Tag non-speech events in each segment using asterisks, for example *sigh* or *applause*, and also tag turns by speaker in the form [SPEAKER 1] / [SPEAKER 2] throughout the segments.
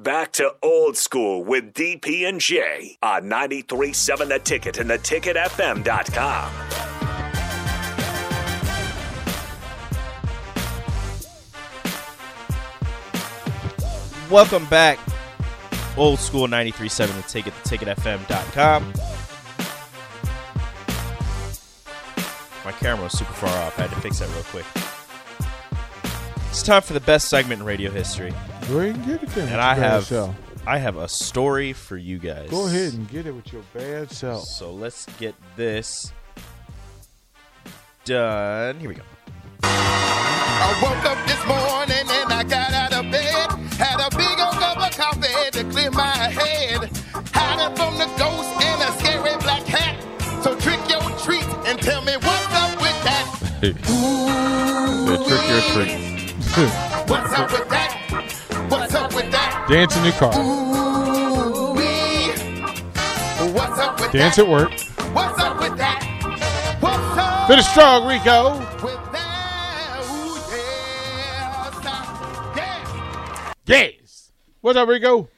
[SPEAKER 1] Back to old school with DP and J on 937 the ticket and the ticketfm.com.
[SPEAKER 2] Welcome back. Old school 937 the ticket, the ticketfm.com. My camera was super far off. I had to fix that real quick. It's time for the best segment in radio history.
[SPEAKER 3] Go ahead and get it then.
[SPEAKER 2] And I have
[SPEAKER 3] Self.
[SPEAKER 2] I have a story for you guys.
[SPEAKER 3] Go ahead and get it with your bad self.
[SPEAKER 2] So let's get this done. Here we go.
[SPEAKER 4] I woke up this morning and I got out of bed. Had a big old cup of coffee to clear my head. Hiding from the ghost and a scary black cat. So trick your treat and tell me what's up with that.
[SPEAKER 5] trick your treat.
[SPEAKER 4] What's up with that? What's up with that?
[SPEAKER 3] *laughs* Dance in your car.
[SPEAKER 4] Ooh-wee. What's up with
[SPEAKER 3] Dance
[SPEAKER 4] that?
[SPEAKER 3] at work.
[SPEAKER 4] What's up with that? What's up?
[SPEAKER 3] Finish strong, Rico.
[SPEAKER 4] with that? Ooh, yeah. Stop. Yeah.
[SPEAKER 3] Yes. What's up, Rico?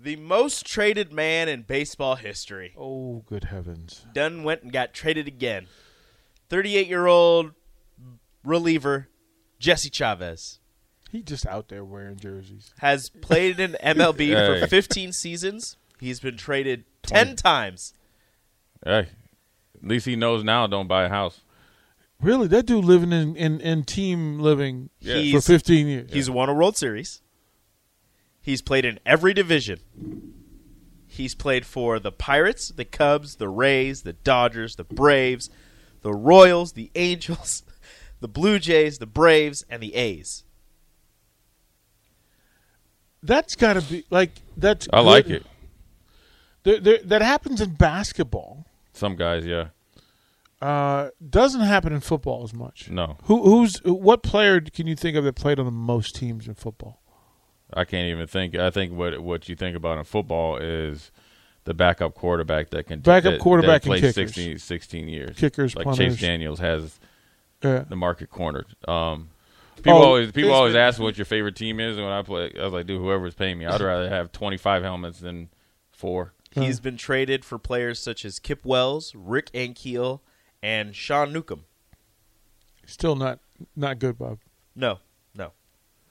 [SPEAKER 2] The most traded man in baseball history.
[SPEAKER 3] Oh, good heavens.
[SPEAKER 2] Dunn went and got traded again. 38 year old reliever Jesse Chavez
[SPEAKER 3] He just out there wearing jerseys.
[SPEAKER 2] has played
[SPEAKER 5] *laughs*
[SPEAKER 2] in MLB for
[SPEAKER 5] Hey.
[SPEAKER 2] 15 seasons. He's been traded 10 times.
[SPEAKER 5] Hey, at least he knows now. Don't buy a house.
[SPEAKER 3] Really, that dude living in, in, in team living
[SPEAKER 5] Yeah.
[SPEAKER 3] for
[SPEAKER 2] He's,
[SPEAKER 3] 15 years.
[SPEAKER 2] he's won a World Series. He's played in every division. He's played for the Pirates, the Cubs, the Rays, the Dodgers, the Braves, the Royals, the Angels, *laughs* the Blue Jays, the Braves, and the A's.
[SPEAKER 3] that's got to be like that's.
[SPEAKER 5] I
[SPEAKER 3] good.
[SPEAKER 5] like it.
[SPEAKER 3] There, there, that happens in basketball.
[SPEAKER 5] Some guys, yeah.
[SPEAKER 3] Uh, doesn't happen in football as much.
[SPEAKER 5] No,
[SPEAKER 3] Who, who's what player can you think of that played on the most teams in football?
[SPEAKER 5] I can't even think. I think what what you think about in football is the backup quarterback that can
[SPEAKER 3] Backup
[SPEAKER 5] that- that
[SPEAKER 3] quarterback and
[SPEAKER 5] played
[SPEAKER 3] kickers.
[SPEAKER 5] 16, 16 years.
[SPEAKER 3] Kickers,
[SPEAKER 5] like
[SPEAKER 3] punters.
[SPEAKER 5] Chase Daniels has
[SPEAKER 3] Yeah.
[SPEAKER 5] the market cornered. Um, people
[SPEAKER 3] Oh,
[SPEAKER 5] always people
[SPEAKER 3] it's
[SPEAKER 5] always
[SPEAKER 3] been-
[SPEAKER 5] ask what your favorite team is, and when I play, I was like, dude, whoever's paying me, I'd rather have twenty five helmets than four.
[SPEAKER 2] He's been traded for players such as Kip Wells, Rick Ankiel, and Sean Newcomb.
[SPEAKER 3] Still not not good, Bob.
[SPEAKER 2] No, no.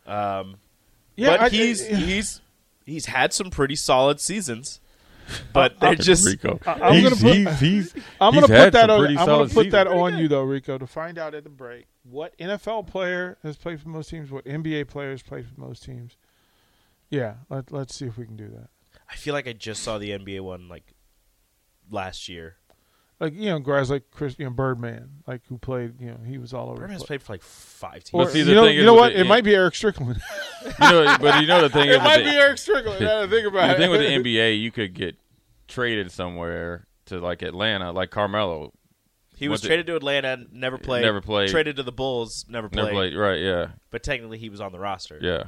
[SPEAKER 2] Um,
[SPEAKER 3] *laughs* Yeah,
[SPEAKER 2] but
[SPEAKER 3] I-
[SPEAKER 2] he's
[SPEAKER 3] I-
[SPEAKER 2] he's he's had some pretty solid
[SPEAKER 3] *laughs*
[SPEAKER 2] seasons, but they're just
[SPEAKER 5] Rico.
[SPEAKER 3] I'm
[SPEAKER 5] he's,
[SPEAKER 3] gonna put-
[SPEAKER 5] he's, he's,
[SPEAKER 3] I'm
[SPEAKER 5] he's
[SPEAKER 3] gonna put
[SPEAKER 5] had
[SPEAKER 3] that
[SPEAKER 5] some
[SPEAKER 3] on.
[SPEAKER 5] pretty
[SPEAKER 3] I'm gonna
[SPEAKER 5] solid
[SPEAKER 3] put that
[SPEAKER 5] seasons.
[SPEAKER 3] on you though, Rico, to find out at the break what NFL player has played for most teams, what NBA players played for most teams. Yeah, let let's see if we can do that.
[SPEAKER 2] I feel like I just saw the NBA one like last year.
[SPEAKER 3] Like you know, guys like Chris, you know, Birdman, like who played, you know, he was all over.
[SPEAKER 2] Birdman's
[SPEAKER 3] the place.
[SPEAKER 2] played for like five
[SPEAKER 3] Or,
[SPEAKER 2] teams.
[SPEAKER 5] But see, the
[SPEAKER 3] you know,
[SPEAKER 5] thing
[SPEAKER 3] you
[SPEAKER 5] is
[SPEAKER 3] know
[SPEAKER 5] with
[SPEAKER 3] what?
[SPEAKER 5] the-
[SPEAKER 3] it might be Eric
[SPEAKER 5] *laughs*
[SPEAKER 3] Strickland.
[SPEAKER 5] you know, but you know the thing is,
[SPEAKER 3] it might
[SPEAKER 5] with
[SPEAKER 3] be
[SPEAKER 5] the,
[SPEAKER 3] Eric Strickland. Now that I think about
[SPEAKER 5] the
[SPEAKER 3] it.
[SPEAKER 5] thing with the NBA, you could get traded somewhere to like Atlanta, like Carmelo.
[SPEAKER 2] he was
[SPEAKER 5] was it-
[SPEAKER 2] traded to Atlanta, never played.
[SPEAKER 5] Never played.
[SPEAKER 2] Traded to the Bulls, never played.
[SPEAKER 5] Never played, right? Yeah,
[SPEAKER 2] But technically, he was on the roster.
[SPEAKER 5] yeah.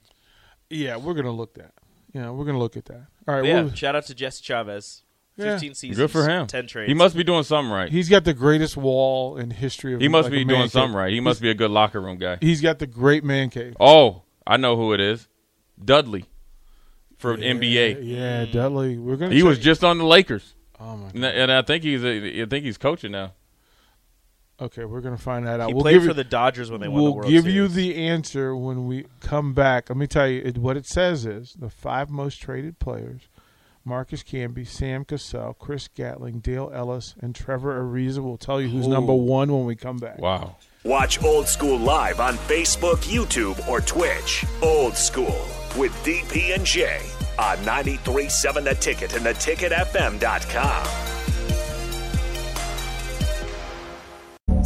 [SPEAKER 3] *laughs* Yeah, we're gonna look that. Yeah, we're gonna look at that. All right.
[SPEAKER 2] But yeah.
[SPEAKER 3] well,
[SPEAKER 2] Shout out to Jesse Chavez.
[SPEAKER 3] Yeah.
[SPEAKER 2] Fifteen seasons.
[SPEAKER 5] Good for him.
[SPEAKER 2] Ten trades.
[SPEAKER 5] He must be doing something right.
[SPEAKER 3] he's got the greatest wall in history. Of
[SPEAKER 5] He must
[SPEAKER 3] like, a
[SPEAKER 5] be
[SPEAKER 3] man
[SPEAKER 5] doing
[SPEAKER 3] cave.
[SPEAKER 5] something right. He must be a good locker room guy.
[SPEAKER 3] He's got the great man cave.
[SPEAKER 5] Oh, I know who it is. Dudley from NBA.
[SPEAKER 3] Yeah,
[SPEAKER 2] Mm.
[SPEAKER 3] Dudley. We're gonna.
[SPEAKER 5] He was
[SPEAKER 3] check-
[SPEAKER 5] just on the Lakers,
[SPEAKER 3] Oh my.
[SPEAKER 5] and I- and I think he's a, I think he's coaching now.
[SPEAKER 3] Okay, we're gonna find that out.
[SPEAKER 2] He
[SPEAKER 3] we'll
[SPEAKER 2] played
[SPEAKER 3] give
[SPEAKER 2] for
[SPEAKER 3] you,
[SPEAKER 2] the Dodgers when they won the
[SPEAKER 3] We'll
[SPEAKER 2] World
[SPEAKER 3] give
[SPEAKER 2] Series.
[SPEAKER 3] you the answer when we come back. Let me tell you it, what it says is the five most traded players: Marcus Camby, Sam Cassell, Chris Gatling, Dale Ellis, and Trevor Ariza. We'll tell you who's number one when we come back.
[SPEAKER 5] Wow.
[SPEAKER 1] Watch Old School live on Facebook, YouTube, or Twitch. Old School with DP and J on 937 the ticket and the ticketfm.com.